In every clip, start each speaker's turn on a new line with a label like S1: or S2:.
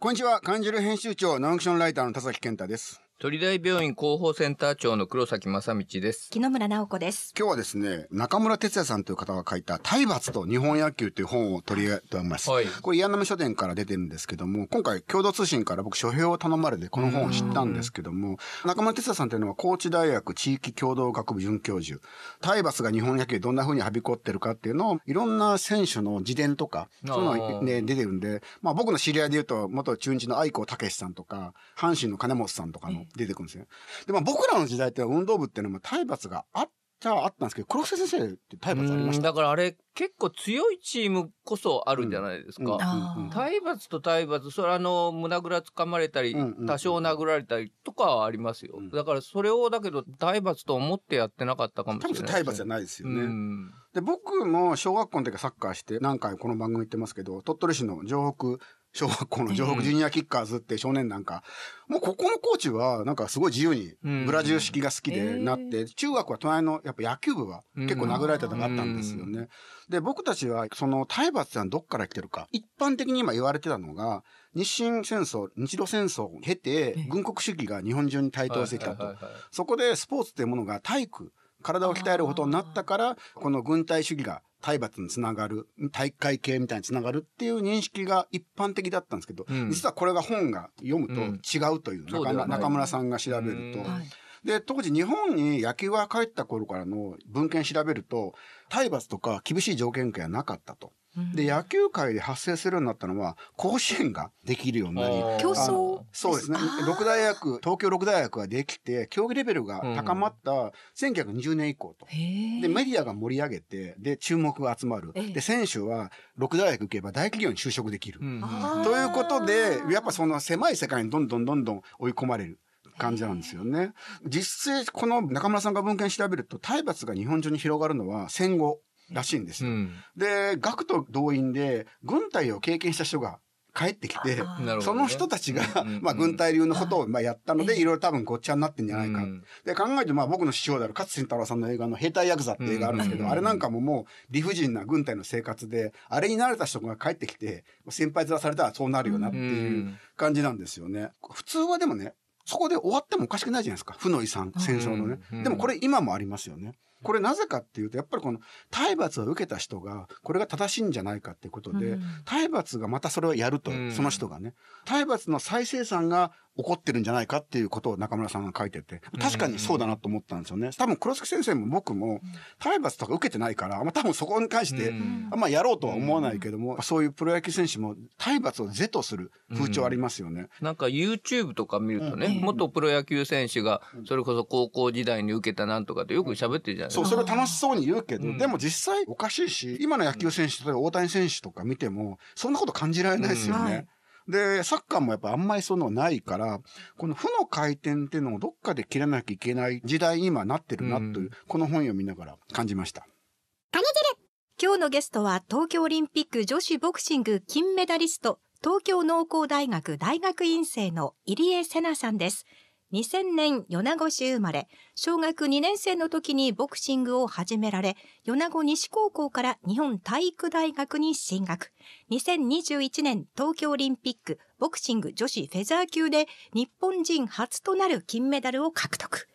S1: こんにちは感じる編集長ノンフィクションライターの田崎健太です
S2: 鳥大病院広報センター長の黒崎正道です。
S3: 木野村直子です。
S1: 今日はですね中村哲也さんという方が書いた「体罰と日本野球」という本を取り上げております、
S2: はい
S1: これ岩波書店から出てるんですけども今回共同通信から僕書評を頼まれてこの本を知ったんですけども中村哲也さんというのは高知大学地域共同学部准教授体罰が日本野球にどんな風にはびこってるかっていうのをいろんな選手の自伝とかそういうのが、ね、出てるんで、まあ、僕の知り合いで言うと元中日の愛子武さんとか阪神の金本さんとかの出てくるんですよ。でまあ、僕らの時代って運動部っていうのも体罰があったあったんですけど黒瀬先生って体罰ありま
S2: う
S1: し
S2: ん
S1: た
S2: だからあれ結構強いチームこそあるんじゃないですか。
S3: あー
S1: うんうん
S2: 体罰と体罰、それはあの、胸ぐらつかまれたり
S1: うんうんうん、
S2: 多少殴られたりとかはありますよ
S1: うん。
S2: だからそれをだけど体罰と思ってやってなかったかもし
S1: 多
S2: れ
S1: 分それ
S2: ないですね。
S1: 体罰じゃ
S2: な
S1: ないですよ
S2: う
S1: ね。
S2: ん。
S1: で僕も小学校の時はサッカーして何回この番組言ってますけど鳥取市の城北小学校の城北ジュニアキッカーズって少年なんか、もうここのコーチはなんかすごい自由に
S2: うん
S1: ブラジル式が好きでなって、中学は隣のやっぱ野球部は結構殴られたとかあったんですよね。で僕たちはその体罰ってのはどっから来てるか一般的に今言われてたのが日清戦争日露戦争を経て軍国主義が日本中に台頭してきた
S2: はい
S1: と
S2: はいはいはい
S1: そこでスポーツというものが体育体を鍛えることになったからこの軍隊主義が体罰につながる体育会系みたいにつながるっていう認識が一般的だったんですけど、
S2: うん
S1: 実はこれが本が読むと違うという、
S2: うんそうではない
S1: 中村さんが調べると。
S2: うん
S3: はい。
S1: で、当時日本に野球が帰った頃からの文献調べると、体罰とか厳しい条件下はなかったと。で、野球界で発生するようになったのは、甲子園ができるようになり、
S2: あー
S3: 競
S1: 争
S3: 争
S1: そうですね
S3: あー。
S1: 六大学、東京六大学ができて、競技レベルが高まった1920年以降と。
S3: へえ。
S1: で、メディアが盛り上げて、で、注目が集まる。
S3: ええ
S1: で、選手は六大学行けば大企業に就職できる
S2: う。ん
S3: あー
S1: ということで、やっぱその狭い世界にどんどんどんどん追い込まれる感じなんですよね。実際、この中村さんが文献調べると、体罰が日本中に広がるのは戦後らしいんです
S2: う
S1: よ。
S2: ん
S1: で、学徒動員で、軍隊を経験した人が帰ってきて、
S3: あ
S2: な
S3: ー
S2: るほどね
S1: その人たちが
S2: うんうんう、ん
S1: まあ、軍隊流のことをまあやったの
S3: え
S1: で、
S3: え
S1: いろいろ多分ごっちゃになってんじゃないか。
S2: うん
S1: で、考えると、まあ、僕の師匠である勝慎太郎さんの映画の兵隊ヤクザって映画あるんですけ
S2: う
S1: ど、
S2: ん
S1: あれなんかももう理不尽な軍隊の生活で、あれに慣れた人が帰ってきて、先輩面されたらそうなるよなっていう感じなんですよね。普通はでもね、そこで終わってもおかしくないじゃないですか。負の遺産、戦争のね
S2: うん。
S1: でもこれ今もありますよね。これなぜかっていうと、やっぱりこの体罰を受けた人が、これが正しいんじゃないかっていうことで、体罰がまたそれをやると、
S2: うん
S1: その人がね体罰の再生産が起こってるんじゃないかっていうことを中村さんが書いてて確かにそうだなと思ったんですよね多分黒崎先生も僕も体罰とか受けてないから、まあ、多分そこに関して、
S2: うん
S1: あんまやろうとは思わないけども、そういうプロ野球選手も体罰を是とする風潮ありますよね。
S2: なんか YouTube とか見るとね、
S3: うん
S2: 元プロ野球選手が、それこそ高校時代に受けたなんとかってよく喋ってるじゃないです
S1: そ
S2: か。
S1: う、それを楽しそうに言うけど、
S2: うん
S1: でも実際おかしいし、今の野球選手、例えば大谷選手とか見ても、そんなこと感じられないですよ
S3: うんは
S1: ね
S3: い。
S1: で、サッカーもやっぱあんまりそういうのないから、この負の回転っていうのをどっかで切らなきゃいけない時代に今なってるなという、
S2: うん
S1: この本読みながら感じました。
S3: 今日のゲストは東京オリンピック女子ボクシング金メダリスト、東京農工大学大学院生の入江瀬奈さんです。2000年米子市生まれ、小学2年生の時にボクシングを始められ、米子西高校から日本体育大学に進学。2021年東京オリンピックボクシング女子フェザー級で日本人初となる金メダルを獲得。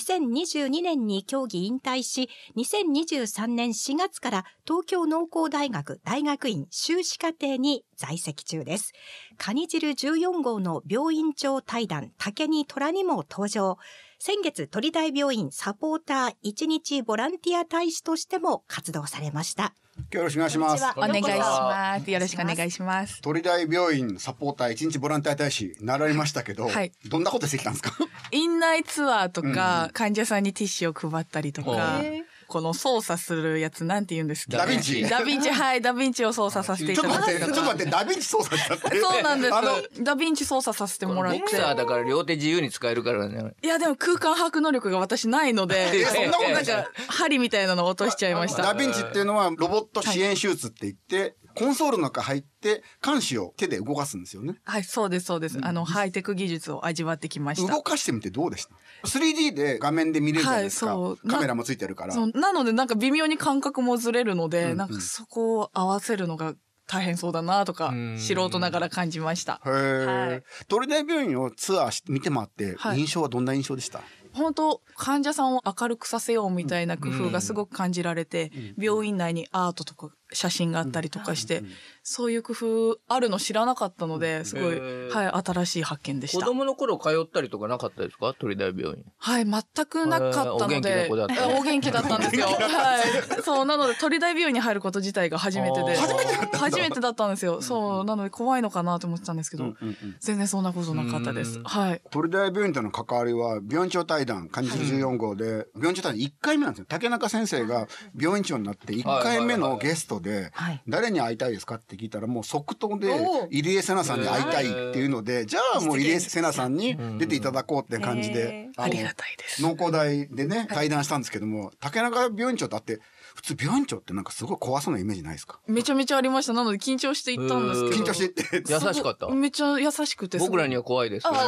S3: 2022年に競技引退し、2023年4月から東京農工大学大学院修士課程に在籍中です。カニ汁14号の病院長対談竹に虎にも登場。先月、鳥大病院サポーター1日ボランティア大使としても活動されました。
S1: 今日よろしくお願いします。
S3: こ
S4: お
S3: んに
S4: 願
S3: ち
S4: い
S3: は
S4: します。
S3: よ
S4: よ
S3: ろ
S4: ろ
S3: し
S4: し
S3: く
S4: く
S3: お
S4: お
S3: 願
S4: 願
S3: い
S4: いします。
S1: 鳥大病院サポーター一日ボランティア大使なられましたけど、
S4: はい
S1: どんなことしてきたんですか
S4: 院内ツアーと
S1: う
S4: か、患者さんにティッシュを配ったりとか
S2: へ、
S4: この操作するやつなんて言うんですか
S1: ダヴィンチ
S4: ダヴィンチ、はい、ダヴィンチを操作さ せ
S1: ちょ
S4: て
S1: っ
S4: いた
S1: と
S4: だい
S1: 待って、
S4: て
S1: ちょっと待って、ダヴィンチ操作したって。
S4: そうなんです
S1: あの、。
S4: ダヴィンチ操作させてもらっ
S2: ボ
S4: て
S2: ク。サーだから両手自由に使えるからね。
S4: いや、でも空間把握能力が私ないの
S2: え
S4: で、
S2: そんなことない
S4: なんか、針みたいなのを落としちゃいまし
S1: ダ
S4: た。
S1: ヴィンチっていうのはロボット支援手術って言って、コンソールの中入って監視を手で動かすんですよね。
S4: はい、そうです、そうです。あの、ハイテク技術を味わってきました。
S1: 動かしてみてどうでした ?3D で画面で見れるじゃないですか。
S4: はいそう
S1: カメラもついてるから。
S4: そうなのでなんか微妙に感覚もずれるので、
S1: うん
S4: なんかそこを合わせるのが大変そうだなとか
S2: うん
S4: 素人ながら感じました
S1: へえ、
S4: はい
S1: 鳥大病院をツアーし見て回って
S4: はい
S1: 印象はどんな印象でした、
S4: 本当患者さんを明るくさせようみたいな工夫がすごく感じられて、病院内にアートとか写真があったりとかして、そういう工夫あるの知らなかったのですごい、
S2: へー
S4: はい、新しい発見でし
S2: 子
S4: た。
S2: 供の頃通ったりとかなかったですか鳥大病院。
S4: はい、全くなかったので、
S2: えーお元気な子だった
S4: えお元気だったんですよ。はい、そうなので鳥大病院に入ること自体が初めてで、
S2: あー初めてだったんだ
S4: 初めてだったんですよ。そうなので怖いのかなと思ってたんですけど、全然そんなことなかったで
S2: う
S4: す
S2: ん。
S4: はい。
S1: 鳥大病院との関わりは、病院長対談、患者14号で、病院長対談1回目なんですよ。竹中先生が病院長になって1回目のゲストで、
S3: はい。
S1: 誰に会いたいですかって聞いたら、もう即答で
S4: おう、
S1: 入江瀬奈さんに会いたいっていうので、じゃあもう入江瀬奈さんに出ていただこうって感じで
S3: へ、
S1: の
S4: ありがたいです。
S1: 農工大でね、対談したんですけども、竹中病院長だって、普通病院長ってなんかすごい怖そうなイメージないですか
S4: めちゃめちゃありました。なので緊張して行ったんですけど。
S1: 緊張して いって、
S2: 優しかった
S4: すごいめっちゃ優しくて。
S2: 僕ら
S4: に。
S2: には怖いですけど。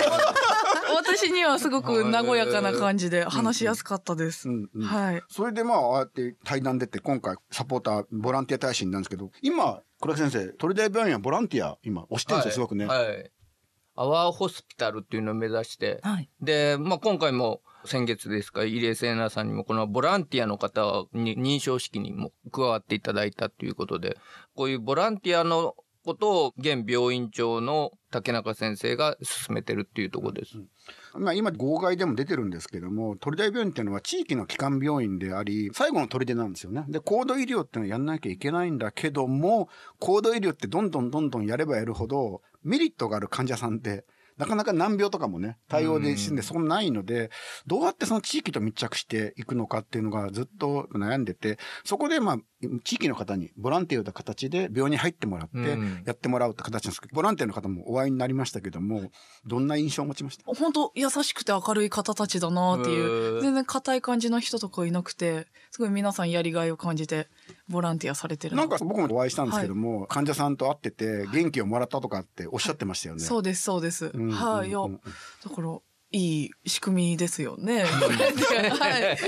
S4: 私にはすごく和やかな感じで話しやすかったです。
S1: うんうん
S4: はい。
S1: それでまあ、ああやって対談出て、今回サポーター、ボランティア大使になるんですけど、今、倉木先生、鳥大病院はボランティア、今、推してるんですよ、すごくね。
S2: はいはい。アワーホスピタルっていうのを目指して、
S3: はい。
S2: で、まあ、今回も先月ですか、入江聖奈さんにもこのボランティアの方に認証式にも加わっていただいたということで、こういうボランティアのことを現病院長の竹中先生が進めてるっていうところです。
S1: まあ、今、号外でも出てるんですけども、鳥大病院っていうのは地域の基幹病院であり、最後の砦なんですよね。で、高度医療っていうのをやんなきゃいけないんだけども、高度医療ってどんどんどんどんやればやるほど、メリットがある患者さんって、なかなか難病とかもね、対応で死んで、そんなないので、どうやってその地域と密着していくのかっていうのがずっと悩んでて、そこでまあ、地域の方にボランティアの形で病院に入ってもらって
S2: うん、
S1: やってもらうって形なんですけど、ボランティアの方もお会いになりましたけども、どんな印象を持ちました
S4: 本当優しくて明るい方たちだなってい
S2: へー
S4: う。全然硬い感じの人とかいなくて、すごい皆さんやりがいを感じて、ボランティアされてる
S1: なんか僕もお会いしたんですけども、患者さんと会ってて元気をもらったとかっておっしゃってましたよね。
S4: そうです、そうです。
S1: うん
S4: はい。いや、
S1: う
S4: だ
S1: ん
S4: から、いい仕組みですよね。 はい。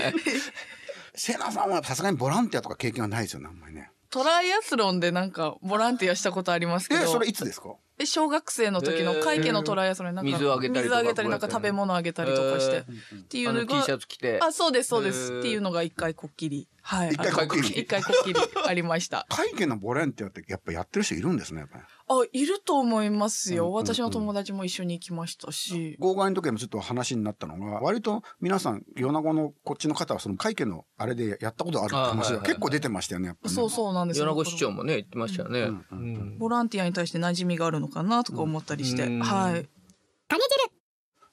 S1: セナさんはさすがにボランティアとか経験はないですよね、あんまりね。
S4: トライアスロンでなんかボランティアしたことありますけ
S1: え、そ
S4: ど
S1: れ、いつですか
S4: え小学生の時の会計のトライアスロンになんか
S2: 水をあげたりとか
S4: 水をあげたりなんか食べ物あげたりとかして、ってい う
S2: あ
S4: の
S2: の T シャ
S4: が、
S2: ツ着て。
S4: あ、そうです、そうです
S2: へ。ー
S4: っていうのが一回こっきり。はい。
S1: 一回こっきり
S4: あの一回こっきりありました。
S1: 会見のボランティアってやっぱやってる人いるんですね、やっぱり。
S4: あ、いると思います
S1: うんう
S4: よ。
S1: んうん
S4: 私の友達も一緒に行きましたし。
S1: 号外の時でもちょっと話になったのが、割と皆さん、米子のこっちの方はその会見のあれでやったことあるって
S2: あはいはい
S1: 話
S2: は
S1: が
S2: い
S1: 結構出てましたよね、やっぱね。
S4: そうそうなんです
S2: 米子市長
S4: も。
S2: もね、言ってましたよね。
S1: うんう
S4: ボランティアに対して馴染みがあるのかなとか思ったりして。
S2: うん
S4: はい。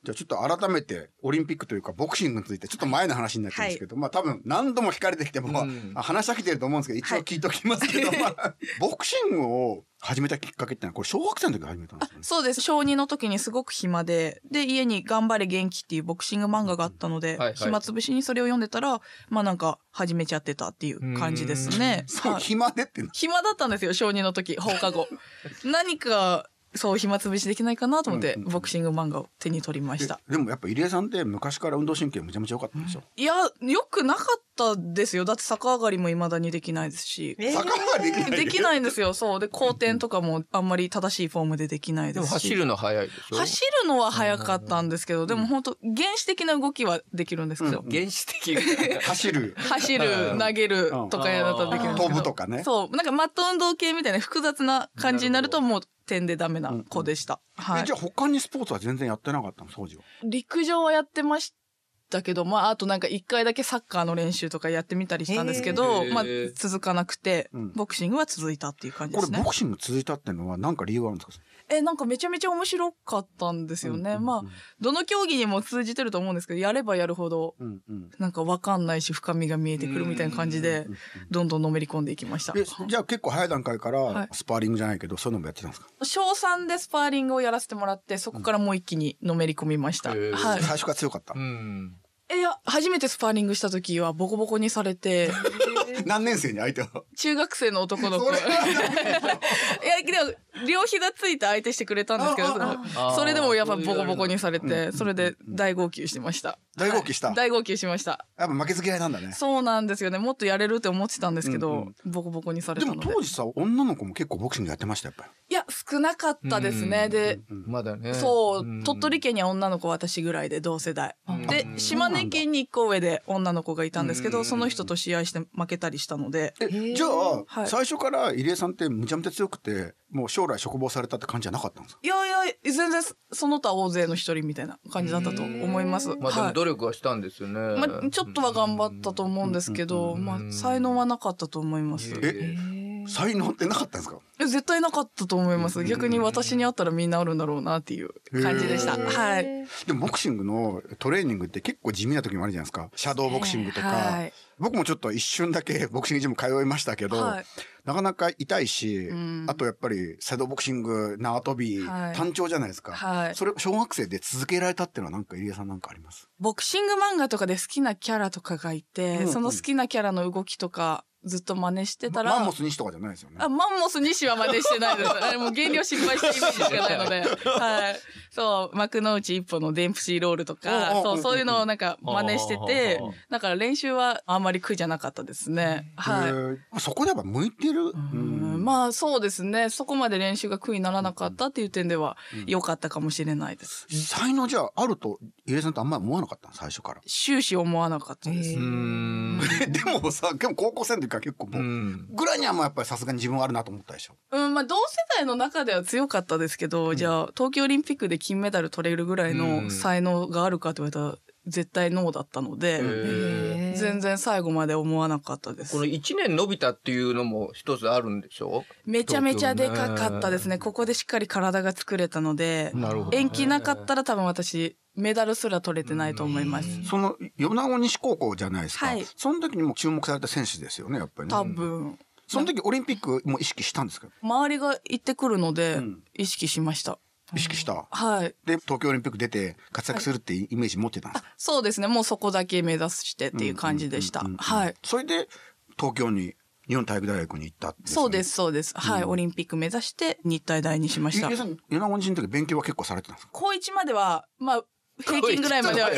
S1: じゃあちょっと改めてオリンピックというかボクシングについてちょっと前の話になってるんですけど、まあ多分何度も聞かれてきても、
S2: うん
S1: あ話し飽きてると思うんですけど一応聞いておきます けど、まあボクシングを始めたきっかけってのはこれ小学生の時に始めたんですよね。
S4: そうです。小2の時にすごく暇で、で、家に頑張れ元気っていうボクシング漫画があったので、
S2: はいはい
S4: 暇つぶしにそれを読んでたら、まあなんか始めちゃってたっていう感じですね。
S1: そう、
S4: はい
S1: 暇でってな
S4: 暇だったんですよ、小2の時、放課後。何か、そう、暇つぶしできないかなと思って、
S1: うんうん
S4: ボクシング漫画を手に取りました。
S1: でもやっぱ入江さんって昔から運動神経めちゃめちゃ良かったんでしょ、
S4: いや、よくなかったですよ。だって逆上がりも未だにできないですし。
S3: えー
S1: 逆はできない
S4: できないんですよ。そう。で、後転とかもあんまり正しいフォームでできない
S2: で
S4: で
S2: も
S4: すし。
S2: 走るの早いでしょ
S4: 走るのは早かったんですけど、でも本当原始的な動きはできるんですけど、
S2: 原始的。
S1: 走る
S4: 走
S2: う
S4: る、
S2: ん
S4: 投げるとかやだったらできるんです
S1: 飛
S4: けど。
S1: ぶとかね
S4: そう。なんかマット運動系みたいな複雑な感じになるともう点でダメな子でした。は
S1: え
S4: い
S1: じゃ。あ他にスポーツは全然やってなかったの当時は
S4: 陸上はやってましたけど、まああとなんか一回だけサッカーの練習とかやってみたりしたんですけど、
S2: へー
S4: まあ続かなくて
S1: うん、
S4: ボクシングは続いたっていう感じで
S1: これ
S4: すね
S1: ボ。クシング続いたってのは何か理由があるんですか
S4: え、なんかめちゃめちゃ面白かったんですよね。まあ、どの競技にも通じてると思うんですけど、やればやるほど
S1: うんうん
S4: なんかわかんないし深みが見えてくるみたいな感じで、どんどんのめり込んでいきました。
S1: えじゃあ結構早い段階か
S4: は
S1: ら
S4: い
S1: スパーリングじゃないけど、そういうのもやってたんですか、
S4: 小3でスパーリングをやらせてもらって、そこからもう一気にのめり込みました。
S2: へー
S4: はい。
S1: 最初から強かった、
S2: うん。
S4: え、いや、初めてスパーリングした時はボコボコにされて、
S1: 何年生に相手は
S4: 中学生の男の子。
S1: そ
S4: い
S1: れ
S4: や、でも、両膝ついて相手してくれたんですけど、その
S2: あー
S4: それでもやっぱボコボコにされ
S1: うんう
S4: て、
S1: ん
S4: それで大号泣してました。
S1: 大号泣した
S4: はい大号泣しました。
S1: やっぱ負けず嫌いなんだね。
S4: そうなんですよね。もっとやれるって思ってたんですけ
S1: うんう
S4: ど
S1: ん、
S4: ボコボコにされ
S1: で
S4: た
S1: も
S4: ので。
S1: 当時さ、女の子も結構ボクシングやってました、やっぱり。
S4: いや、少なかったですね。で、
S1: うん
S2: まだね。
S4: そうう、
S2: ん
S4: 鳥取県には女の子私ぐらいで同世代
S2: うん。
S4: で
S2: う、ん
S4: 島根県に一個上で女の子がいたんですけ
S1: うん
S4: ど、その人と試合して負けたりしたので、
S1: え、じゃあ、
S4: はい
S1: 最初から入江さんってむちゃむちゃ強くて、もう将来嘱望されたって感じじゃなかったんですか
S4: いやいや、全然その他大勢の一人みたいな感じだったと思います。
S2: まあで
S4: は
S2: も
S4: い
S2: 努力はしたんですよね。
S4: まあ、ちょっとは頑張ったと思うんですけど、
S2: ん
S4: まあ、才能はなかったと思います。
S2: うん
S4: え
S1: え才能ってなかったんですか
S4: 絶対なかったと思います。逆に私に会ったらみんなあるんだろうなっていう感じでした。
S1: へー
S4: はい。
S1: でもボクシングのトレーニングって結構地味な時もあるじゃないですか。シャドーボクシングとか。
S4: はい
S1: 僕もちょっと一瞬だけボクシングジム通いましたけど、
S4: はい
S1: なかなか痛いし、
S4: うん
S1: あとやっぱりシャドーボクシング、縄跳び、
S4: はい
S1: 単調じゃないですか。
S4: はい
S1: それ小学生で続けられたっていうのはなんか入江さんなんかあります
S4: ボクシング漫画とかで好きなキャラとかがいて、
S1: うん
S4: その好きなキャラの動きとかずっと真似してたら、
S1: マンモス西とかじゃないですよね。
S4: あマンモス西は真似してないです。あれもう減量失敗してイメージしかない ので。はい。そう、幕の内一歩のデンプシーロールとか
S1: おうおう、おうお
S4: そうう、そういうのをなんか真似してて
S2: おうおうおう、
S4: だから練習はあんまり苦じゃなかったですね。はい
S1: へ。ーそこでは向いてる。
S4: うんまあそうですね。そこまで練習が苦にならなかったっていう点では良かったかもしれないです。
S1: 才能じゃああると入江さんってあんまり思わなかったの最初から。
S4: 終始思わなかったです
S2: う。ん。
S1: でもさ、でも高校生の時から結構も
S2: う
S1: う、
S2: ん。
S1: ぐらいにはもうやっぱりさすがに自分はあるなと思ったでしょ。
S4: うん、まあ同世代の中では強かったですけど、じゃあ東京オリンピックで金メダル取れるぐら
S2: う
S4: い
S2: ん
S4: の才能があるかって言われたら絶対ノーだったので、
S2: えー
S4: 全然最後まで思わなかったです
S2: この。一年伸びたっていうのも一つあるんでしょ
S4: めちゃめちゃでかかったですね。ここでしっかり体が作れたので、
S1: なるほ
S4: 延期なかったら多分私メダルすら取れてないと思います。
S1: その、米子西高校じゃないですか。
S4: はい
S1: その時にも注目された選手ですよね、やっぱり
S4: 多
S1: ね。
S4: 分。
S1: その時オリンピックも意識したんですか
S4: 周りが行ってくるので
S1: ん
S4: 意識しました。
S1: 意識した。
S4: はい。
S1: で、東京オリンピック出て活躍するってイメージ持ってたんですか、
S4: そうですね。もうそこだけ目指してっていう感じでした
S1: うんうんうん。うん
S4: はい。
S1: それで、東京に、日本体育大学に行ったって、
S4: そうで。す、そうです。はい。オリンピック目指して日体大にしまし
S1: ゆ
S4: た
S1: ゆ。さん、米子西の時勉強は結構されてたんですか
S4: 高1までは、まあ、平均ぐらいまで は、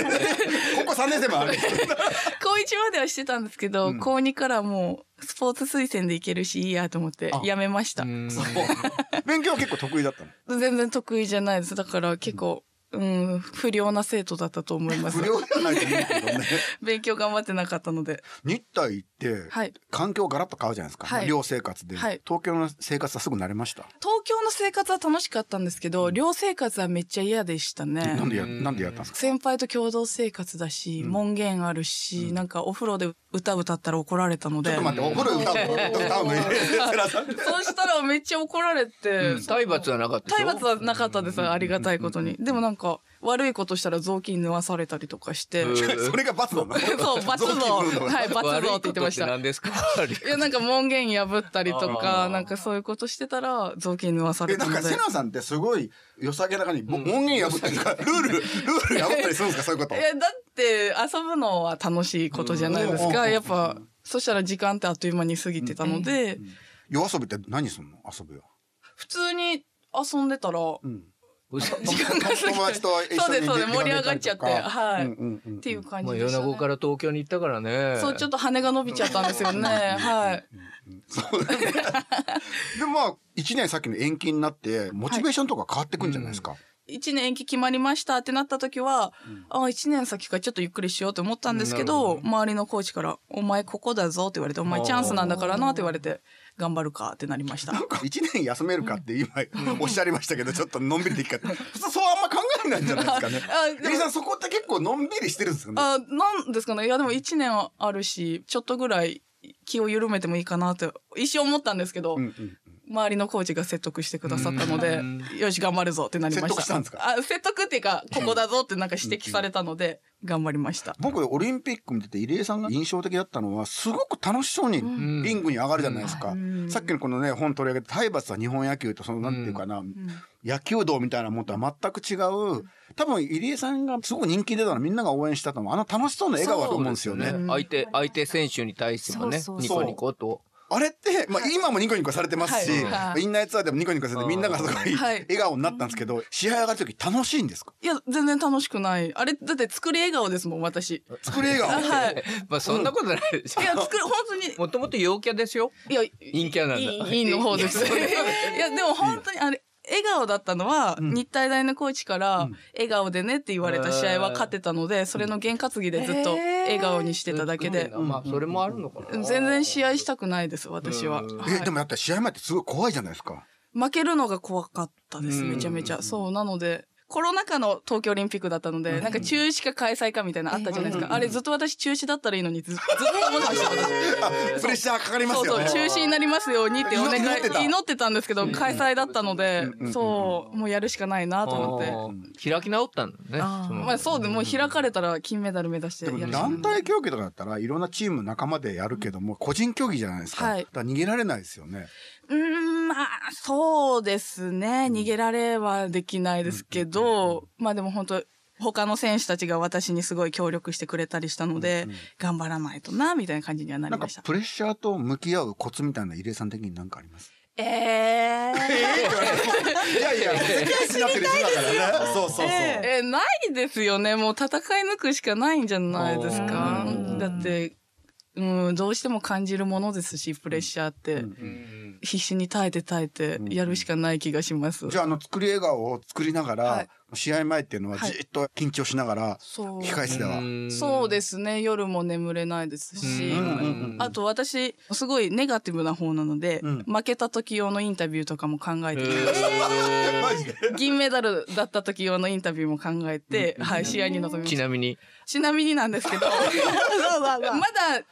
S1: 高校3年生もあるんですけど
S4: 高1まではしてたんですけど、高2からもうスポーツ推薦でいけるしいいやと思って
S1: あ
S4: やめました。
S1: 勉強は結構得意だったの。
S4: 全然得意じゃないです。だから結構、うん、不良な生徒だったと思います
S1: 不。良じゃないと思うけど ね。
S4: 勉強頑張ってなかったので。
S1: 日体行って、
S4: はい
S1: 環境ガラッと変わるじゃないですか、
S4: はい
S1: 寮生活で、
S4: はい
S1: 東京の生活はすぐ慣れました、
S4: 東京の生活は楽しかったんですけど、寮生活はめっちゃ嫌でした
S1: なん
S4: ね。
S1: でやなんでやったんですか
S4: 先輩と共同生活だし、門限あるし、なんかお風呂で歌歌ったら怒られたの
S1: ちょっ
S4: で
S1: と。待ってお風呂歌う歌うの入れてらさん
S4: そうしたらめっちゃ怒られて、
S2: 体罰はなかったでし
S4: 体
S2: ょ
S4: 罰はなかったです。ありがたいことに。でもなんか、悪いことしたら雑巾縫わされたりとかして、
S1: それが罰なの
S4: そう、罰像。
S1: 臓器の
S4: はい、罰像って言って
S2: 悪いこと
S4: ました。
S2: って何ですか
S4: いや、なんか門限破ったりと
S2: あ
S4: か、
S2: ー
S4: なんかそういうことしてたら、雑巾縫わさ
S1: え
S4: れ
S1: な
S4: た
S1: んか
S4: の
S1: セ
S4: で。
S1: ナさんってすごい良さげな感じ、門限破ったりとかルールルール破ったりするんですかそういうこと
S4: いや、だって遊ぶのは楽しいことじゃないです
S1: う
S4: か。
S1: ん
S4: やっぱ、そしたら時間ってあっという間に過ぎてたので、
S1: 夜遊びって何すんの遊ぶよ、
S4: 普通に遊んでたら、
S1: うん、
S4: 時間が過ぎて。
S1: 友達と一緒に
S4: そうです、そうです。
S1: 出か
S4: 盛
S1: け
S4: り上
S1: た
S4: が
S1: り
S4: っちゃ
S1: と
S4: っ
S1: か
S4: て、はい。
S1: うんうんうん
S4: っていう感
S2: まあ
S4: じでし
S2: 米
S4: た、
S2: 子
S4: ね。
S2: から東京に行ったからね。
S4: そう、ちょっと羽が伸びちゃったんですよね。はい。
S1: そう だねでまあ1年さっきの延期になってモチベーションとか変わってくんじゃないですか、
S4: 1年延期決まりましたってなった時は、あ1年先からちょっとゆっくりしようと思ったんですけど周りのコーチから「お前ここだぞ」って言われて「お前チャンスなんだからな」って言われて「頑張るか」ってなりました
S1: なんか1年休めるかって今おっしゃりましたけど、ちょっとのんびりで きた。普通そうあんま考えないんじゃないですかね。
S4: あで
S1: ゆり
S4: も
S1: さんそこって結構のんびりしてるんですよね。
S4: あなんですかねいやでも1年はあるしちょっとぐらい気を緩めてもいいかなって一瞬思ったんですけど、
S1: うんうん
S4: 周りのコーチが説得してくださったので「よし頑張るぞ」ってなりま
S1: 説
S4: した
S1: 得したんですか
S4: あ説得っていうか「ここだぞ」ってなんか指摘されたので頑張りました
S1: 僕オリンピック見てて入江さんが印象的だったのはすごく楽しそうに
S2: ん
S1: リングに上がるじゃないですか、
S4: うん
S1: さっきのこのね本取り上げた体罰は日本野球とそのなんていうかな、野球道みたいなものとは全く違う多分入江さんがすごく人気出たのみんなが応援したと思うあの楽しそうな笑顔だと思うんですよね。
S2: 相手、相手選手に対してもね
S3: そう、そう
S2: ニ
S1: そう
S2: コニコと。
S1: あれって、まあ、今もニコニコされてますし、
S4: はい
S1: インナーツアーでもニコニコされてみんながすごい
S4: はい
S1: 笑顔になったんですけど試合上がる時楽しいんですか
S4: いや、全然楽しくない。あれ、だって作り笑顔ですもん、私。
S1: 作り笑
S4: あ
S1: 顔
S4: はい。
S2: まあそんなことないでしょ
S4: い。や、作る、本当に。
S2: もともと陽キャですよ。
S4: いや、
S2: 陰キャなんだ
S4: いいいいの方です。
S2: い
S4: いや、でも本当に、あれ、笑顔だったのは、
S1: うん
S4: 日体大のコーチから、笑顔でねって言われた試合は勝てたので、それの験担ぎでずっと笑顔にしてただけで。
S2: まあそれもあるのかな。
S4: 全然試合したくないです、私は。
S2: うん
S4: はい
S1: えでもやったら試合前ってすごい怖いじゃないですか
S4: 負けるのが怖かったです、
S2: うん
S4: めちゃめちゃ。そう、なので、コロナ禍の東京オリンピックだったので、なんか中止か開催かみたいなのあったじゃないです
S1: うん
S4: か。あれずっと私中止だったらいいのに、ずずっと思ってました。私
S1: あプレッシャーかかりま
S4: そう
S1: すよ
S4: そう、
S1: ね
S4: 中止になりますようにってお願い
S1: 祈ってた
S4: 祈ってたんですけど、開催だったので
S1: うんうん、
S4: そう、もうやるしかないなと思って。
S2: って。開き直ったんだね。その
S4: まあそうで、もう開かれたら金メダル目指して
S1: で
S4: や
S1: も
S4: るしかない
S1: 団体競技とかだったらいろんなチーム仲間でやるけども個人競技じゃないですか,、
S4: はい
S1: だから逃げられないですよね
S4: うーん、まあ、そうですね。逃げられはできないですけど、まあでも本当他の選手たちが私にすごい協力してくれたりしたので、頑張らないとな、みたいな感じにはな
S1: な
S4: り
S1: んか
S4: ました。
S1: プレッシャーと向き合うコツみたいな入江さん的に何かあります
S4: え え
S1: えいやいや世界一になってる人だからねそうそうそう、
S4: えーないですよね。もう戦い抜くしかないんじゃないですか
S2: おー。
S4: だって、うん、どうしても感じるものですし、プレッシャーって。
S2: うん
S4: 必死に耐えて耐えてやるしかない気がします。
S1: じゃああの作り笑顔を作りながら、
S4: はい
S1: 試合前っていうのはじっと緊張しながら、
S4: そう。
S1: 控え室では、
S4: そうですね。夜も眠れないですし。
S1: うんうんうん
S4: あと私、すごいネガティブな方なので、
S1: うん
S4: 負けた時用のインタビューとかも考え
S2: え
S4: て、
S2: ー
S1: マジで
S4: 銀メダルだった時用のインタビューも考えて、はい、試合に臨みま
S2: ち
S4: した。
S2: なみに。
S4: ちなみになんですけど、まだ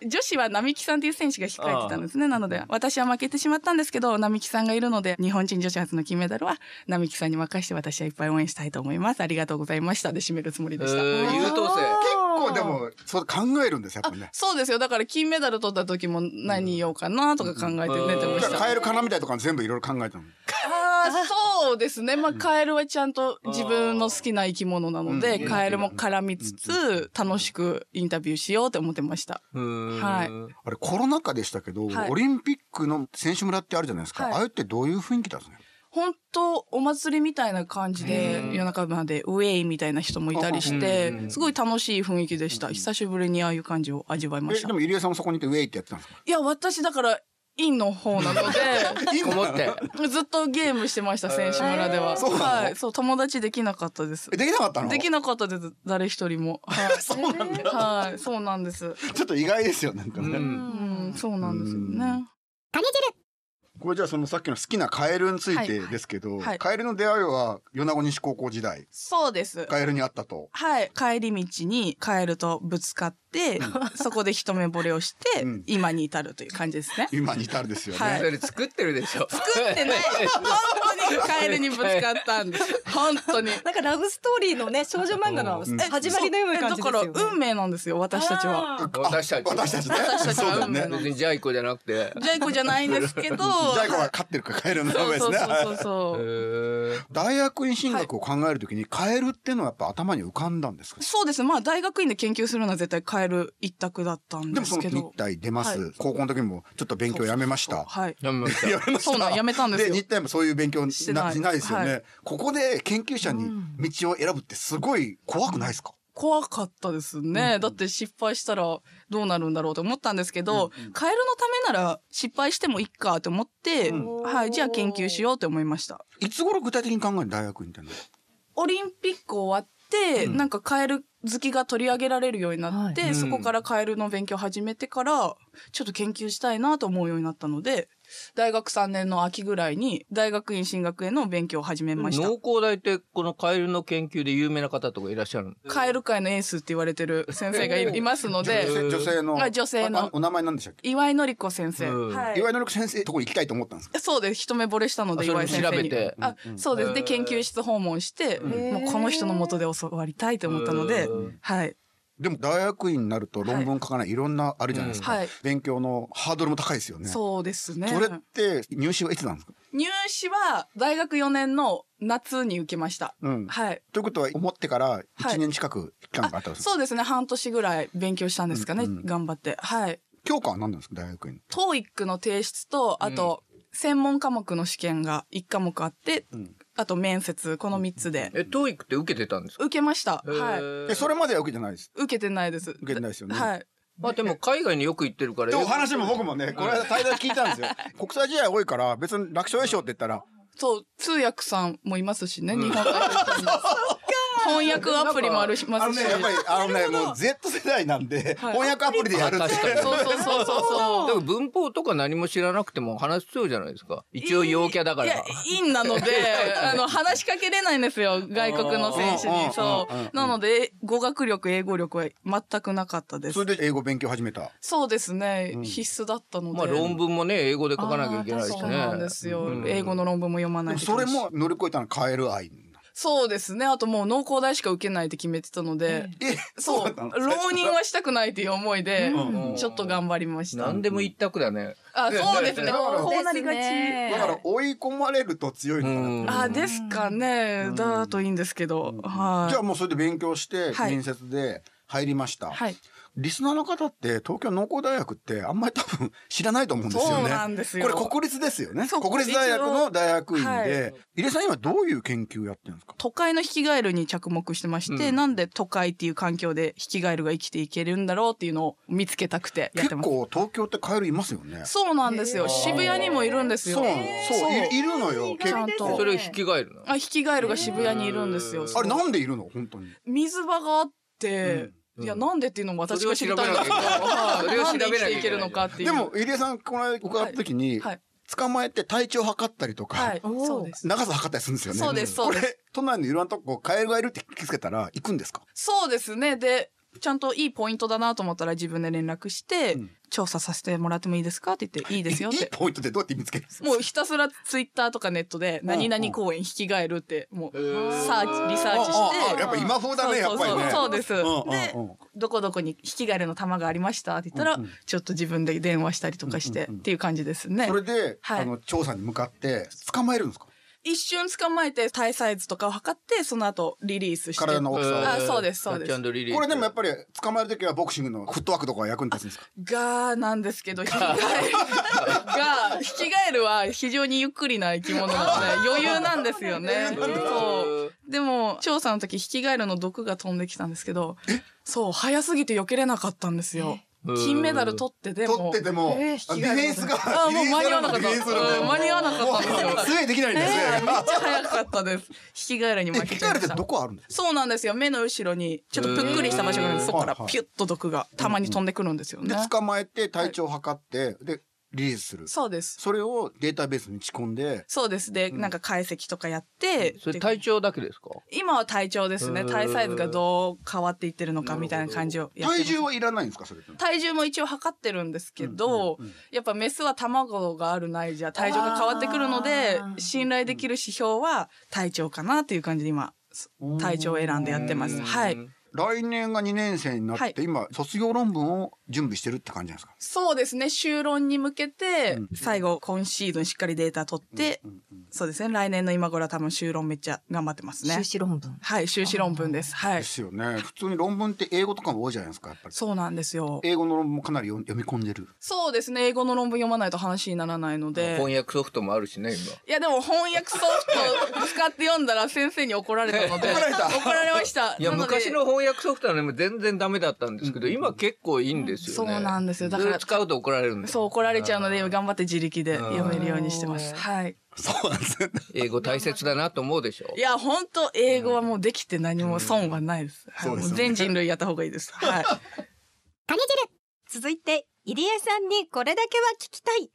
S4: 女子は並木さんっていう選手が控えてたんですね。なので、私は負けてしまったんですけど、並木さんがいるので、日本人女子初の金メダルは並木さんに任せて私はいっぱい応援したいと思います。ありがとうございました。で締めるつもり
S2: え
S4: でした。
S2: ー優等生。
S1: 結構でもそう考えるんですよやっぱね
S4: そうですよ。だから金メダル取った時も何言おうかなとか考えて寝てま
S1: だ
S4: し
S1: から
S4: た。
S1: カエルかなみたいとかも全部いろいろ考えたの
S4: あーそうですね。まあ、カエルはちゃんと自分の好きな生き物なので、
S1: うん
S4: カエルも絡みつつ、楽しくインタビューしようって思ってました。
S2: うん
S4: はい
S1: あれコロナ禍でしたけど、
S4: はい
S1: オリンピックの選手村ってあるじゃないですか、
S4: はい
S1: ああいうってどういう雰囲気だったんですか
S4: 本当お祭りみたいな感じで
S2: うん
S4: 夜中までウェイみたいな人もいたりし
S2: うん
S4: てすごい楽しい雰囲気でした久しぶりにああいう感じを味わいまし
S1: え
S4: た
S1: でも入江さんもそこにいてウェイってやってたんですか
S4: いや私だからインの方なの で
S2: こもって。
S4: ずっとゲームしてました選手村では、
S1: そうなの
S4: はいそう友達できなかったです
S1: えできなかったの
S4: できなかったです誰一人もはいそうなんだはいそうなんです
S1: ちょっと意外ですよなんか
S2: う
S1: ね、
S4: うんんそうなんですよ
S1: う
S4: ね
S1: これじゃあそのさっきの好きなカエルについてですけど、
S4: いはい
S1: カエルの出会いは米子西高校時代
S4: そうです
S1: カエルに会ったと、
S4: はい。帰り道にカエルとぶつかって、そこで一目惚れをして、
S1: うん
S4: 今に至るという感じ ですね。
S1: 今に至るですよね、
S4: はい
S2: それ作ってるでしょ。
S4: 作ってない。本当にカエルにぶつかったんです。本当に。
S3: なんかラブストーリーのね少女漫画の
S1: うん
S3: 始まりのような感じですよね
S4: そうえだから運命なんですよ、私たちは。
S3: あー
S2: 私たち。
S1: 私たちね
S4: 私たち
S1: そうだ
S4: は
S1: よ
S4: 運命
S1: ね
S4: の。
S2: 別にジャイ子じゃなくて。
S4: ジャイ子じゃないんですけど。
S1: ジャイコが飼ってるかカエルの名前です
S4: そうそう
S1: ね
S4: そうそうそう。
S2: え
S1: 大学院進学を考えるときに、カエルっていうのはやっぱ頭に浮かんだんですか
S4: そうですね。まあ、大学院で研究するのは絶対カエル一択だった
S1: で
S4: んで
S1: もそ
S4: す
S1: の
S4: け
S1: 日
S4: ど。
S1: 体出ます、
S4: は
S1: 高校の時もちょっと勉強やめました。
S4: はい。
S2: ー。やめました。
S1: やめました
S4: そうなんやめたんですよ
S1: 日体もそういう勉強な
S4: してない
S1: しないですよね、
S4: はい
S1: ここで研究者に道を選ぶってすごい怖くないですか、
S4: 怖かったですね、だって失敗したらどうなるんだろうと思ったんですけど、カエルのためなら失敗してもいいかと思って、
S1: うん
S4: はい、じゃあ研究しようと思いました。
S1: いつ頃具体的に考える大学院ってのは
S4: オリンピック終わって、
S1: うん
S4: なんかカエル好きが取り上げられるようになって、
S2: はい
S4: そこからカエルの勉強を始めてから、ちょっと研究したいなと思うようになったので、大学3年の秋ぐらいに大学院進学への勉強を始めました。
S2: 農工大ってこのカエルの研究で有名な方とかいらっしゃるの
S4: カエル界のエースって言われてる先生がいいますの
S1: 女
S4: で、
S1: 性女性の
S4: あ女性の
S1: あお名前なんでしたっけ、
S4: 岩井のり子先生。
S2: うん
S4: はい
S1: 岩井のり子先生とこ行きたいと思ったんですか
S4: そうです一目惚れしたので
S2: あそれ
S4: 岩
S2: も
S4: 井先生に
S2: 調べて
S4: あそうですで研究室訪問してもうこの人のもとで教わりたいと思ったので
S2: うん
S4: はい
S1: でも大学院になると論文書かない、い、ろんなあるじゃないですか、
S4: はい
S1: 勉強のハードルも高いですよね
S4: そうですね
S1: それって入試はいつなんですか、
S4: 入試は大学4年の夏に受けました
S1: うん、
S4: はい
S1: ということは思ってから1年近く期間があったんですか
S4: そうですね半年ぐらい勉強したんですかね
S1: うんうん
S4: 頑張ってはい
S1: 教科は何なんですか大学院
S4: トーイックの提出と、あと、専門科目の試験が1科目あって、
S1: うん
S4: あと面接、この3つで。
S2: え、トーイックって受けてたんですか
S4: 受けました。はい。
S1: え、それまでは受けてないです。
S4: 受けてないです。
S1: 受けてないですよね
S4: はい。
S2: まあでも海外によく行ってるから。
S1: でお話も僕もね、この間対談聞いたんですよ。国際試合多いから、別に楽勝優勝って言ったら、
S4: そう、通訳さんもいますしね、
S2: うん
S4: 日本代表に翻訳アプリもあるし、ま
S1: あの
S4: すし。
S1: ね、やっぱり、あのね、もう Z 世代なんで、
S4: はい
S1: 翻訳アプリでやるって。
S2: 確かに
S4: そうそうそうそうそう。
S2: だから文法とか何も知らなくても話しそうじゃないですか。一応陽キャだか
S4: いや
S2: ら。、
S4: インなので、あの、話しかけれないんですよ、外国の選手
S1: うん
S4: に。そ
S1: うんうんうん
S4: う。なので、語学力、英語力は全くなかったです
S1: そ。れで英語勉強始めた。
S4: そうですね、
S1: うん
S4: 必須だったので。
S2: まあ論文もね、英語で書かなきゃいけないしね。
S4: あーそうなんですよ、
S2: うん
S4: 英語の論文も読ま
S1: で
S4: ない
S1: も
S4: といけ
S1: そ
S4: な
S1: れ
S4: いし
S1: も乗り越えたのはカエル愛。
S4: そうですね。あともう農工大しか受けないって決めてたので、
S1: え、
S4: そう、
S1: だったの
S4: 浪人はしたくないっていう思いで、
S1: うん
S4: ちょっと頑張りました。
S2: 何でも一択だね。
S4: あ、そうですね。
S1: だから
S4: こうなりがち。
S3: です
S1: だ
S3: ね
S1: から追い込まれると強いのかなって
S2: うん
S4: あ、ですかね。だといいんですけど、はい。
S1: じゃあもうそれで勉強して、
S4: はい
S1: 面接で入りました。
S4: はい。
S1: リスナーの方って東京農工大学ってあんまり多分知らないと思うんですよね。
S4: そうなんですよ
S1: これ国立ですよね。
S4: そう
S1: 国立大学の大学院で、
S4: はい
S1: 入江さん今どういう研究やってるんですか
S4: 都会のヒキガエルに着目してまして、
S2: うん
S4: なんで都会っていう環境でヒキガエルが生きていけるんだろうっていうのを見つけたくてやって
S1: 結
S4: ます。
S1: 構東京ってカエルいますよね。
S4: そうなんですよ。渋谷にもいるんですよ。
S1: そうなの
S4: そう
S1: そういいるのよ
S3: 意
S1: 結
S4: 外
S1: 構
S4: ですね
S2: それを引き換えるの。
S4: あ、ヒキガエルが渋谷にいるんですよ。
S1: あれなんでいるの本当に。
S4: 水場があって、
S2: うん
S4: いや、なんでっていうのも私が知りたいんだけど、
S2: それを
S4: な
S2: 調
S4: ん
S2: べな
S4: で
S2: きゃいけない
S4: 生きていけるのかっていう。
S1: でも入江さんこの間伺った時に、
S4: はい、
S1: 捕まえて体調測ったりとか、
S4: はい、
S3: おー
S4: そうです。
S1: 長さ測ったりするんですよね。
S4: そうです
S1: こ
S4: そうで
S1: れ都内のいろんなとこカエルがいるって聞きつけたら行くんですか
S4: そうですね。で、ちゃんといいポイントだなと思ったら自分で連絡して、
S1: うん
S4: 調査させてもらってもいいですかって言って、いいですよっ
S1: いい
S4: て。
S1: ポイントでどうやって見つけるんですか
S4: もうひたすらツイッターとかネットで、
S1: ん
S4: 何々公園引き換えるって、もう、
S2: ー
S4: サーチ、リサーチし
S1: あああ
S4: て。
S1: やっぱ今風だねや
S4: そ
S1: っ
S4: う
S1: ぱ
S4: そう
S1: りね。
S4: そうです。で
S1: うんうんうん、
S4: どこどこに引き換えるの玉がありましたって言ったら、
S1: うんうん
S4: ちょっと自分で電話したりとかして、
S1: うんうんうん
S4: っていう感じですね
S1: そ。れで、
S4: はい
S1: あの調査に向かって捕まえるんですか
S4: 一瞬捕まえて、体サイズとかを測って、その後リリースして。
S1: 体の大きさを
S4: あそうですそうです
S2: キャッチアンドリリース
S1: これでもやっぱり捕まえる時はボクシングのフットワークとかが役に立つんですか
S4: がーなんですけど、ヒキガエルが、ヒキガエルは非常にゆっくりな生き物な ので、余裕なんですよね。そう。でも、調査の時、ヒキガエルの毒が飛んできたんですけど、そう、早すぎて避けれなかったんですよ。
S2: うん
S4: 金メダル取ってでも。
S1: 取ってても、
S4: えー
S1: デ
S4: 引
S1: ィ
S4: き
S1: フ
S4: 返
S1: ェン
S4: りま
S1: ス
S4: せ
S1: が、
S4: あ、もう間に合わなかっ
S1: ディフェンスが
S4: た。うん間に合わなかったんですよ。
S1: もうスウェーできないんですね。
S4: えーめっちゃ早かったです。ヒキガエルに
S1: え、
S4: 負
S1: 引
S4: け
S1: き
S4: ちゃい
S1: 換え
S4: ま
S1: るっ
S4: してた
S1: ど。こあるんですか
S4: そうなんですよ。目の後ろに、ちょっとぷっくりした場所があるんです。そこからピュッと毒が玉に飛んでくるんですよね。
S1: で、捕まえて体調を測って、で、リリースする。
S4: そうです。
S1: それをデータベースに打ち込んで、
S4: そうです。で、なんか解析とかやって、
S2: それ
S4: で
S2: 体調だけですか
S4: 今は体調ですね。
S2: うん
S4: 体サイズがどう変わっていってるのかみたいな感じをやってます
S1: 体重はいらないんですかそれって。
S4: 体重も一応測ってるんですけど、
S1: うんうんうん
S4: やっぱメスは卵があるないじゃ体重が変わってくるので
S3: あー
S4: 信頼できる指標は体調かなっていう感じで今体調を選んでやってます。は
S2: う
S4: い
S2: ん
S1: 来年が2年生になって、
S4: はい
S1: 今、卒業論文を準備してるって感じなんですか
S4: そうですね修論に向けて
S1: うん
S4: 最後今シーズンしっかりデータ取って、
S1: うんうん
S4: そうですね来年の今頃は多分修論めっちゃ頑張ってますね
S3: 修。士論文。
S4: はい修士論文です。は
S1: で
S4: い
S1: すよね。普通に論文って英語とかも多いじゃないですか、やっぱり。
S4: そうなんですよ。
S1: 英語の論文もかなり読み込んでる。
S4: そうですね英語の論文読まないと話にならないので。
S2: 翻訳ソフトもあるしね、今。
S4: いやでも翻訳ソフト使って読んだら先生に怒られた ので怒られた怒られました
S2: いや、
S4: なので
S2: 昔の翻訳ソフトはね、もう全然ダメだったんですけど、今結構いいんです
S4: そ
S2: よ
S4: う
S2: ね。
S4: なんですよだか
S2: そ
S4: ら
S2: れ使うと怒られるんです
S4: そう怒られちゃうので頑張って自力で
S2: うん
S4: 読めるようにしてますはい
S1: そうなんですね。
S2: 英語大切だなと思うでしょ
S4: い。や本当英語はもうできて何も損はないです,、はい
S1: そうですよね
S4: もう全人類やった方がいいです はい
S3: 種汁続いて入江さんにこれだけは聞きたい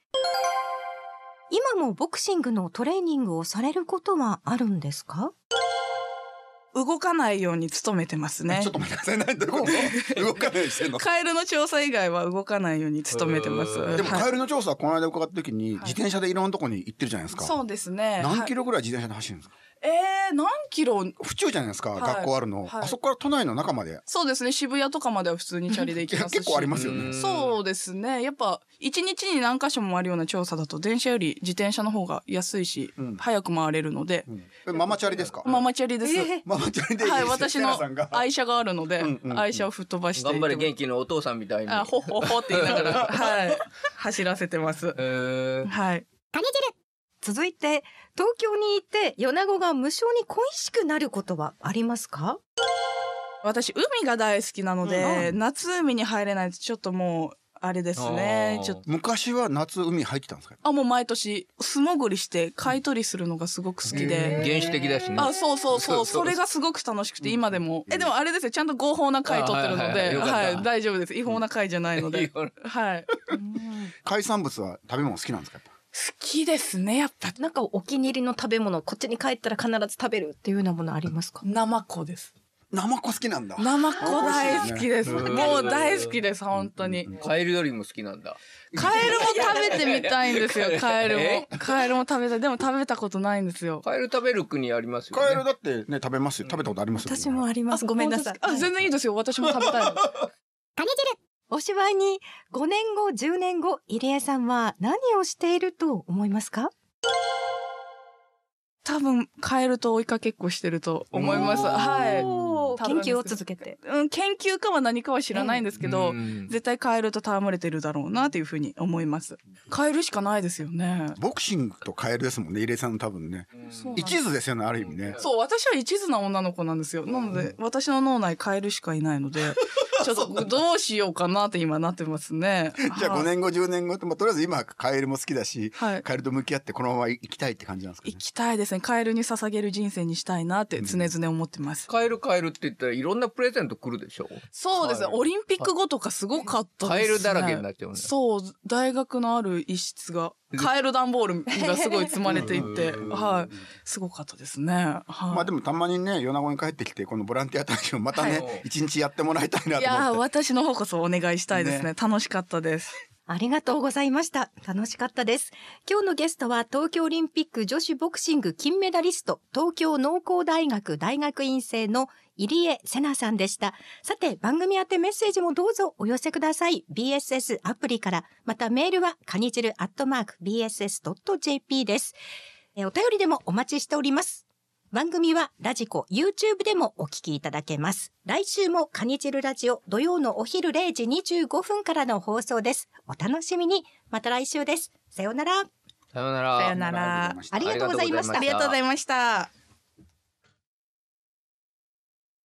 S3: 今もボクシングのトレーニングをされることはあるんですか
S4: 動かないように努めてますね
S1: ちょっと待ってください。何どういう こと動かないようにしてんの。
S4: カエルの調査以外は動かないように努めてます
S2: うん
S1: でも、カ
S4: は
S1: エルの調査、この間伺った時に、
S4: い
S1: 自転車でいろんなとこに行ってるじゃないです
S4: い
S1: か。
S4: そうですね
S1: 何キ
S4: ロ
S1: ロぐらい自転車で走るんですか
S4: えー、何キロ
S1: 府中じゃないですか、
S4: はい
S1: 学校あるの、
S4: はい
S1: あそこから都内の中まで。
S4: そうですね渋谷とかまでは普通にチャリで行
S1: い
S4: き
S1: や
S4: ます し
S1: 結構ありますよね。
S2: うん
S4: そうですねやっぱ一日に何箇所もあるような調査だと電車より自転車の方が安いし、
S1: うん
S4: 早く回れるので、
S1: えママチャリですか。
S4: ママチャリです、
S3: え
S1: ママチャリで。
S4: はい私の
S1: さんが
S4: 愛車があるので、
S1: うんうんうん
S4: 愛車を吹っ飛ばして
S2: 頑張れ元気のお父さんみたいに。
S4: あほほほって言いな がらはい走らせてます
S2: へー
S4: はい
S3: 続いて東京にいて米子が無償に恋しくなることはありますか
S4: 私海が大好きなので、夏海に入れないとちょっともうあれですね
S2: あー
S4: ちょっと
S1: 昔は夏海入ってたんですか。
S4: あもう毎年素潜りして買取りするのがすごく好きで、
S2: 原始的だしね。
S4: あ、そうそう
S2: そ
S4: そう。
S2: うそう
S4: それがすごく楽しくて、今でも。
S1: ん
S4: え、でもあれですよ。ちゃんと合法な回取ってるの
S2: あはいはいはい
S4: で、
S2: よかった
S4: はい、大丈夫です。違法な回じゃないの
S2: いい
S4: で。
S2: よ
S4: はい。
S1: 海産物は食べ物好きなんですか。やっ
S4: 好きですね、やっぱ。
S3: なんかお気に入りの食べ物こっちに帰ったら必ず食べるっていうようなものありますか
S4: ナマコです。
S1: ぱナマコ好きなんだ。
S4: ナマコ大好きです。
S2: 美味しいね
S4: もう大好きです、本当に。
S2: カエルよりも好きなんだ。
S4: カエルも食べてみたいんですよ、カエル
S2: え
S4: も。カエルも食べたい。でも食べたことないんですよ。
S2: カエル食べる国ありますよね。
S1: カエルだってね食べますよ食べたことありますよ、ね。
S3: 私もありますごめんなさい
S4: あ、全然いいですよ。私も食べたいです。
S3: おしまいに5年後10年後入江さんは何をしていると思いますか
S4: 多分、カエルと追いかけっこしてると思います。はい。
S3: おー
S4: 多分です
S3: 研究を続けて
S4: うん、研究かは何かは知らないんですけ
S2: う
S4: ど、
S2: ん
S4: 絶対カエルと戯れてるだろうなというふうに思います。カエルしかないですよね。
S1: ボクシングとカエルですもんね入江さんの多分ね
S4: そう
S1: 一途ですよねある意味ね。
S4: そう、私は一途な女の子なんですよ。なので、私の脳内カエルしかいないので、 ちょっとどうしようかなって今なってま すね。
S1: じゃあ
S4: はい
S1: 5年後10年後と、まあ、とりあえず今はカエルも好きだし、
S4: はい
S1: カエルと向き合ってこのまま行きたいって感じなんですかね
S4: 行。きたいですね。カエルに捧げる人生にしたいなって常々思ってます。
S2: カエルカエルって言ったらいろんなプレゼント来るでしょ。
S4: そうですね。
S2: はい
S4: オリンピック後とかすごかったですね。
S2: カエルだらけになっちゃうね
S4: そう、大学のある一室が、カエル段ボールがすごい積まれていて、はい。すごかったですね。はい。
S1: まあでもたまにね米子に帰ってきてこのボランティア大使をまた
S2: はい
S1: ね一、日やってもらいたいないと
S4: やー
S1: 思って。
S4: 私の方こそお願いしたいですね。
S1: ね
S4: 楽しかったです。
S3: ありがとうございました。楽しかったです。今日のゲストは東京オリンピック女子ボクシング金メダリスト、東京農工大学大学院生の入江瀬奈さんでした。さて、番組宛てメッセージもどうぞお寄せください。BSS アプリから、またメールはかにじるアットマーク BSS.jp です。えーお便りでもお待ちしております。番組はラジコ YouTube でもお聞きいただけます。来週もカニチルラジオ土曜のお昼0時25分からの放送です。お楽しみに。また来週です。さようなら。
S2: さよなら。
S4: さよなら
S1: ありがとうございました
S3: ありがとうございました
S4: ありがとうございました。